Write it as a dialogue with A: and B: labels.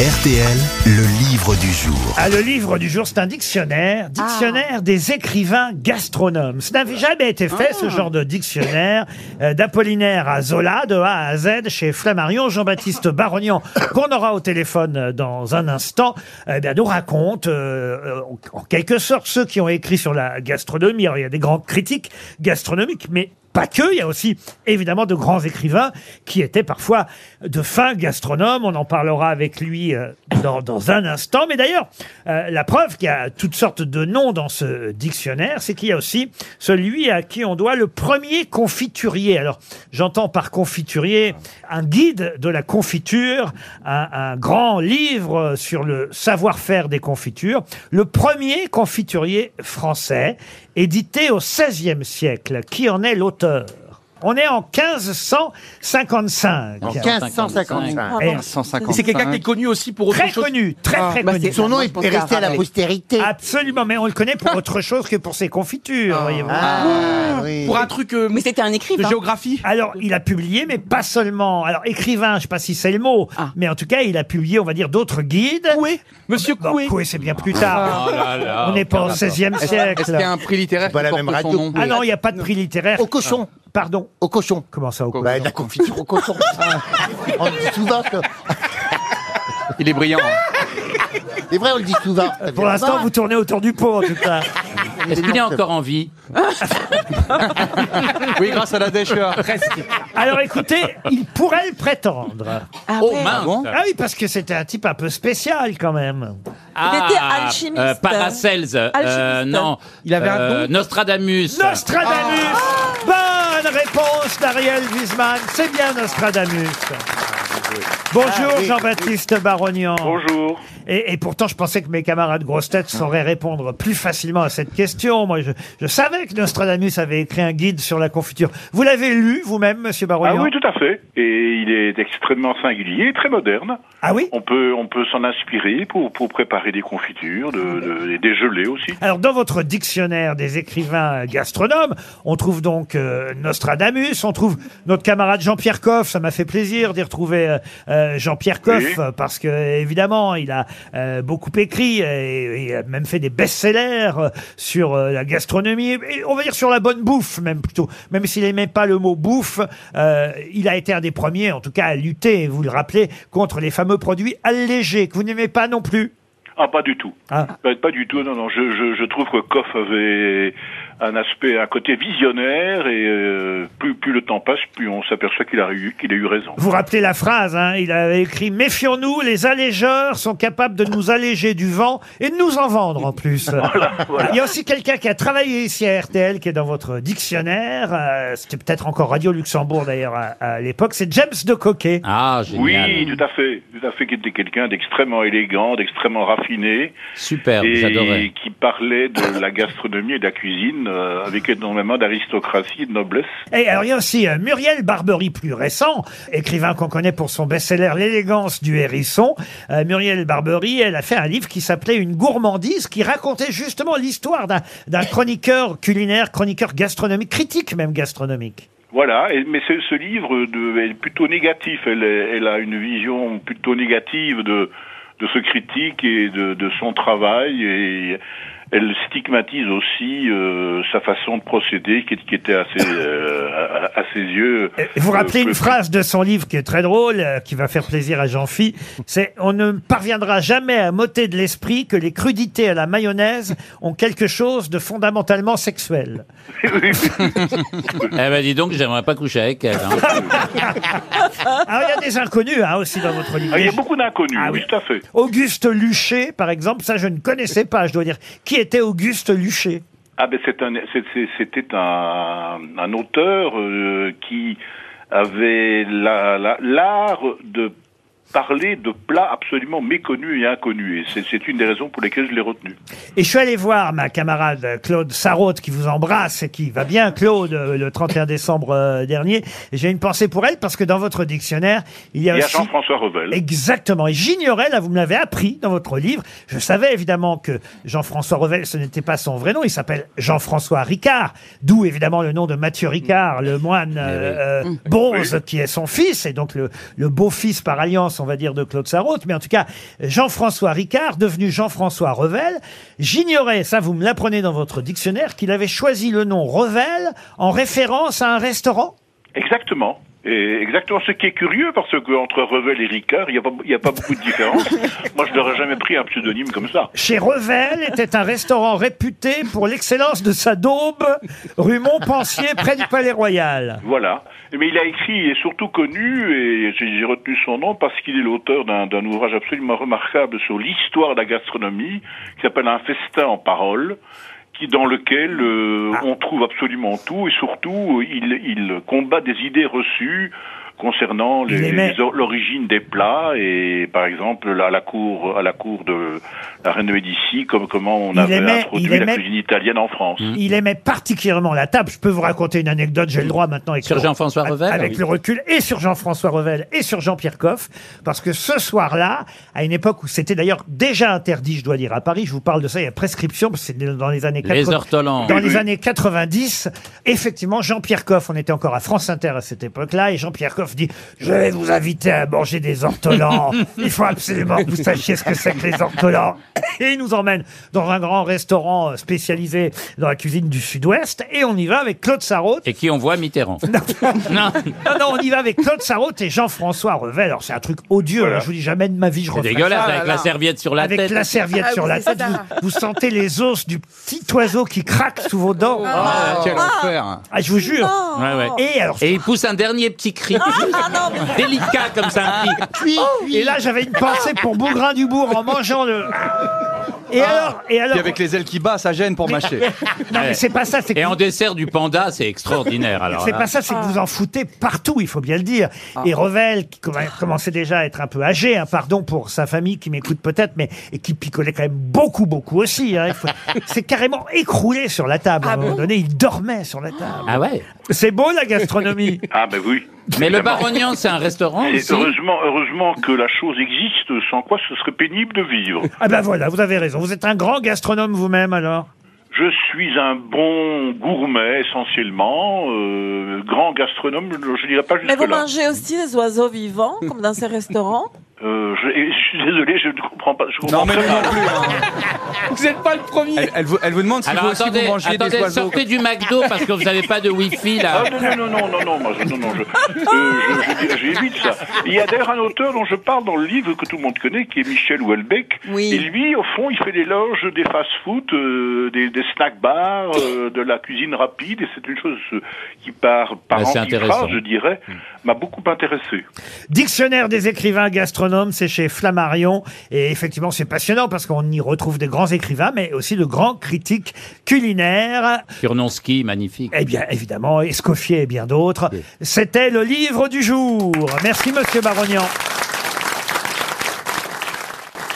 A: RTL, le livre du jour.
B: Ah, le livre du jour, c'est un dictionnaire, dictionnaire des écrivains gastronomes. Ça n'avait jamais été fait, ce genre de dictionnaire, euh, d'Apollinaire à Zola, de A à Z, chez Flammarion, Jean-Baptiste Barognan, qu'on aura au téléphone euh, dans un instant, eh bien, nous raconte, euh, euh, en en quelque sorte, ceux qui ont écrit sur la gastronomie. Alors, il y a des grands critiques gastronomiques, mais pas que, il y a aussi évidemment de grands écrivains qui étaient parfois de fins gastronomes. On en parlera avec lui euh, dans, dans un instant. Mais d'ailleurs, euh, la preuve qu'il y a toutes sortes de noms dans ce dictionnaire, c'est qu'il y a aussi celui à qui on doit le premier confiturier. Alors, j'entends par confiturier un guide de la confiture, un, un grand livre sur le savoir-faire des confitures. Le premier confiturier français, édité au XVIe siècle. Qui en est l'auteur On est en 1555.
C: Ah
D: 1555.
B: Et
E: Et c'est quelqu'un qui est connu aussi pour autre
B: Très
E: chose.
B: connu, très très connu.
D: Son nom est est resté à la
F: Ah,
D: postérité.
B: Absolument, mais on le connaît pour autre chose que pour ses confitures, voyez-vous.
D: Ah, oui.
E: Pour un truc euh,
C: Mais c'était un
E: de
C: écrivain.
E: géographie.
B: Alors, il a publié, mais pas seulement. Alors, écrivain, je sais pas si c'est le mot, mais en tout cas, il a publié, on va dire, d'autres guides.
E: Coué. Monsieur
B: Bon,
E: Coué.
B: Coué, Bah, c'est bien plus tard.
F: Oh
B: on n'est pas au XVIe
F: Est-ce qu'il y
B: siècle.
F: a un prix littéraire
D: C'est pas
F: qui
D: la
F: porte
D: même
F: son
D: radio.
F: nom
B: Ah non, il n'y a pas de prix littéraire.
D: Au cochon.
B: Pardon.
D: Au cochon.
B: Comment ça, au cochon
D: Bah, de la confiture au cochon. on le dit souvent. que-
F: Il est brillant. hein.
D: C'est vrai, on le dit souvent.
B: Pour l'instant, vous tournez autour du pot, en tout cas. Ah,
G: Est-ce qu'il est encore en vie
F: Oui, grâce à la dèche.
B: Alors, écoutez, il pourrait le prétendre.
C: Ah
G: Oh
C: ouais.
G: mince
B: Ah oui, parce que c'était un type un peu spécial, quand même.
C: était alchimiste.
G: Ah, euh, Paracels, euh,
C: Alchimiste.
G: non.
E: Il avait un
G: Euh, Nostradamus.
B: Nostradamus
F: Ah.
B: Bonne réponse d'Ariel Wiesman. C'est bien Nostradamus.
F: Ah,
B: Bonjour Jean-Baptiste Barognan.
H: Bonjour.
B: Et, et pourtant, je pensais que mes camarades grosses têtes sauraient répondre plus facilement à cette question. Moi, je, je savais que Nostradamus avait écrit un guide sur la confiture. Vous l'avez lu vous-même, Monsieur
H: Ah
B: Barognan
H: oui, tout à fait. Et il est extrêmement singulier, très moderne.
B: Ah oui
H: On peut, on peut s'en inspirer pour, pour préparer des confitures, de, de- et des gelées aussi.
B: Alors, dans votre dictionnaire des écrivains gastronomes, on trouve donc euh, Nostradamus, on trouve notre camarade Jean-Pierre Coff. Ça m'a fait plaisir d'y retrouver euh, euh, Jean-Pierre Coff,
H: Oui.
B: euh, parce que, évidemment, il a euh, beaucoup écrit et, et a même fait des best-sellers euh, sur euh, la gastronomie, et on va dire sur la bonne bouffe, même plutôt. Même s'il n'aimait pas le mot bouffe, euh, il a été un des premiers, en tout cas, à lutter, vous le rappelez, contre les fameux produits allégés, que vous n'aimez pas non plus.
H: Ah, pas du tout.
B: Ah.
H: Pas, pas du tout, non, non. Je, je, je trouve que Koff avait un aspect, un côté visionnaire, et euh, plus, plus le temps passe, plus on s'aperçoit qu'il a, eu- qu'il a eu raison.
B: Vous rappelez la phrase, hein, il avait écrit Méfions-nous, les allégeurs sont capables de nous alléger du vent et de nous en vendre en plus. Il y a aussi quelqu'un qui a travaillé ici à RTL, qui est dans votre dictionnaire, euh, c'était peut-être encore Radio Luxembourg d'ailleurs à, à l'époque, c'est James de Coquet.
G: Ah,
H: Oui,
G: génial.
H: tout à fait. Tout à fait, qui était quelqu'un d'extrêmement élégant, d'extrêmement raffiné.
G: Superbe,
H: et
G: j'adorais.
H: qui parlait de la gastronomie et de la cuisine euh, avec énormément d'aristocratie et de noblesse.
B: Et alors il y a aussi euh, Muriel Barbery, plus récent, écrivain qu'on connaît pour son best-seller L'élégance du hérisson. Euh, Muriel Barbery, elle a fait un livre qui s'appelait Une gourmandise, qui racontait justement l'histoire d'un- d'un chroniqueur culinaire, chroniqueur gastronomique, critique même gastronomique.
H: Voilà, et- mais ce, ce livre de, est plutôt négatif, elle, est- elle a une vision plutôt négative de, de ce critique et de, de son travail, et elle stigmatise aussi euh, sa façon de procéder qui, qui était assez, euh, à, à ses yeux...
B: Et Vous
H: euh,
B: rappelez une
H: peu-
B: phrase de son livre qui est très drôle, euh, qui va faire plaisir à Jean-Phi, c'est « On ne parviendra jamais à m'ôter de l'esprit que les crudités à la mayonnaise ont quelque chose de fondamentalement sexuel.
G: Eh ben dis donc, j'aimerais pas coucher avec elle. hein. »
B: Alors il y a des inconnus hein, aussi dans votre livre.
H: Ah, il y a beaucoup d'inconnus,
B: Ah
H: oui,
B: oui.
H: tout à fait.
B: Auguste Luché, par exemple, ça je ne connaissais pas, je dois dire. Qui était Auguste Luché
H: Ah ben c'est un, c'est- c'est- c'était un, un auteur euh, qui avait la- la- l'art de parler de plats absolument méconnus et inconnus. Et c'est- c'est une des raisons pour lesquelles je l'ai retenu.
B: Et je suis allé voir ma camarade euh, Claude Sarraute, qui vous embrasse et qui va bien, Claude, euh, le 31 décembre euh, dernier. Et J'ai une pensée pour elle, parce que dans votre dictionnaire, il y a
H: Il y a
B: aussi...
H: Jean-François Revel.
B: Exactement. Et j'ignorais, là, vous me l'avez appris dans votre livre. Je savais évidemment que Jean-François Revel, ce n'était pas son vrai nom. Il s'appelle Jean-François Ricard. D'où évidemment le nom de Mathieu Ricard, le moine euh, euh, Bonze, qui est son fils, et donc le, le beau-fils par alliance on va dire, de Claude Sarraute, mais en tout cas, Jean-François Ricard, devenu Jean-François Revel, j'ignorais, ça vous me l'apprenez dans votre dictionnaire, qu'il avait choisi le nom Revel en référence à un restaurant
H: Exactement. Et exactement ce qui est curieux, parce que entre Revel et Ricard, il n'y a, pas- il y a pas beaucoup de différence. Moi, je n'aurais jamais pris un pseudonyme comme ça.
B: Chez Revel était un restaurant réputé pour l'excellence de sa daube, rue Montpensier, près du Palais Royal.
H: Voilà. Mais il a écrit et surtout connu, et j'ai j'ai retenu son nom parce qu'il est l'auteur d'un d'un ouvrage absolument remarquable sur l'histoire de la gastronomie, qui s'appelle Un festin en parole, qui dans lequel euh,
B: Ah.
H: on trouve absolument tout, et surtout euh, il, il combat des idées reçues concernant
B: Il
H: les-
B: aimait-
H: les or- l'origine des plats et par exemple là, à la cour à la cour de la reine de Médicis comme comment on
B: Il Mm.
H: avait
B: aimait-
H: introduit
B: il aimait-
H: la cuisine italienne en France.
B: Il aimait particulièrement la table. Je peux vous raconter une anecdote, j'ai le droit maintenant. Avec
G: Sur
B: le-
G: Jean-François
B: a-
G: Revel,
B: Avec
G: oui.
B: le recul, et sur Jean-François Revel, et sur Jean-Pierre Coff. Parce que ce soir-là, à une époque où c'était d'ailleurs déjà interdit, je dois dire, à Paris, je vous parle de ça, il y a prescription, parce que c'est dans les années
G: Les
B: 80.
G: ortolans.
B: Dans
H: Oui,
B: les
H: oui.
B: années 90, effectivement, Jean-Pierre Coff, on était encore à France Inter à cette époque-là, et Jean-Pierre Coff dit « Je vais vous inviter à manger des ortolans. Il faut absolument que vous sachiez ce que c'est que les ortolans. » Et il nous emmène dans un grand restaurant euh, spécialisé dans la cuisine du Sud-Ouest, et on y va avec Claude Sarraute.
G: Et qui envoie Mitterrand. non.
B: Non, non, on y va avec Claude Sarraute et Jean-François Revel. Alors, c'est un truc odieux. hein. Je vous dis jamais de ma vie, je
G: C'est
B: referai
G: dégueulasse,
C: là
G: avec
C: là.
G: la serviette sur la
B: avec
G: tête.
B: la serviette
C: Ah
B: sur
C: oui,
B: la
C: c'est
B: tête,
C: ça.
B: vous, vous sentez les os du petit oiseau qui craque sous vos dents.
F: Ah, quel enfer.
B: Ah, je vous jure.
G: Ouais, ouais. Et...
B: Et alors,
G: il pousse un dernier petit cri.
B: Ah.
C: ah
G: Délicat comme ça, un petit.
B: et là, j'avais une pensée pour Bougrain Dubourg en mangeant le. Et alors, et alors.
F: Puis avec les ailes qui battent, ça gêne pour mâcher.
B: Non, mais c'est pas ça, c'est que.
G: Et en
B: vous-
G: dessert du panda, c'est extraordinaire. Alors,
B: C'est
G: là.
B: pas ça, c'est que vous en foutez partout, il faut bien le dire. Et Revel, qui commen- commençait déjà à être un peu âgé, hein, pardon pour sa famille qui m'écoute peut-être, mais et qui picolait quand même beaucoup, beaucoup aussi. Hein, il faut- c'est carrément écroulé sur la table. à un moment donné, il dormait sur la table.
G: Ah ouais
B: C'est beau la gastronomie.
H: Ah ben oui.
G: Mais le
H: Évidemment.
G: Barognan, c'est un restaurant
H: Et
G: aussi
H: heureusement, heureusement que la chose existe, sans quoi ce serait pénible de vivre.
B: ah ben voilà, vous avez raison. Vous êtes un grand gastronome vous-même alors.
H: Je suis un bon gourmet essentiellement, euh, grand gastronome, je dirais pas
C: Mais vous
H: jusque-là.
C: mangez aussi des oiseaux vivants, comme dans ces restaurants
H: Euh, je, et je suis désolé, je ne comprends pas. Je
F: Non,
H: comprends
F: mais
H: pas.
F: nous non plus. hein.
E: Vous n'êtes pas le premier.
F: Elle, elle vous, elle vous demande si
G: Alors
F: vous aussi
G: attendez,
F: vous mangez des
G: attendez
F: oiseaux.
G: sortez du McDo parce que vous n'avez pas de wifi là.
H: Ah, non, non, non, non, non, non, moi, je- non, non, je, euh, je- je- j'évite ça. Il y a d'ailleurs un auteur dont je parle dans le livre que tout le monde connaît, qui est Michel Houellebecq.
C: Oui.
H: Et lui, au fond, il fait l'éloge des fast-food, euh, des, des snack-bars, euh, de la cuisine rapide, et c'est une chose euh, qui, par, par
G: Ah, c'est
H: antiphrase,
G: intéressant.
H: je dirais, m'a beaucoup intéressé.
B: Dictionnaire des écrivains gastronomes, c'est chez Flammarion. Et effectivement, c'est passionnant parce qu'on y retrouve des grands écrivains, mais aussi de grands critiques culinaires.
G: Kurnonski, magnifique.
B: Eh bien, évidemment, Escoffier et bien d'autres. C'était le livre du jour. Merci, monsieur Barognan.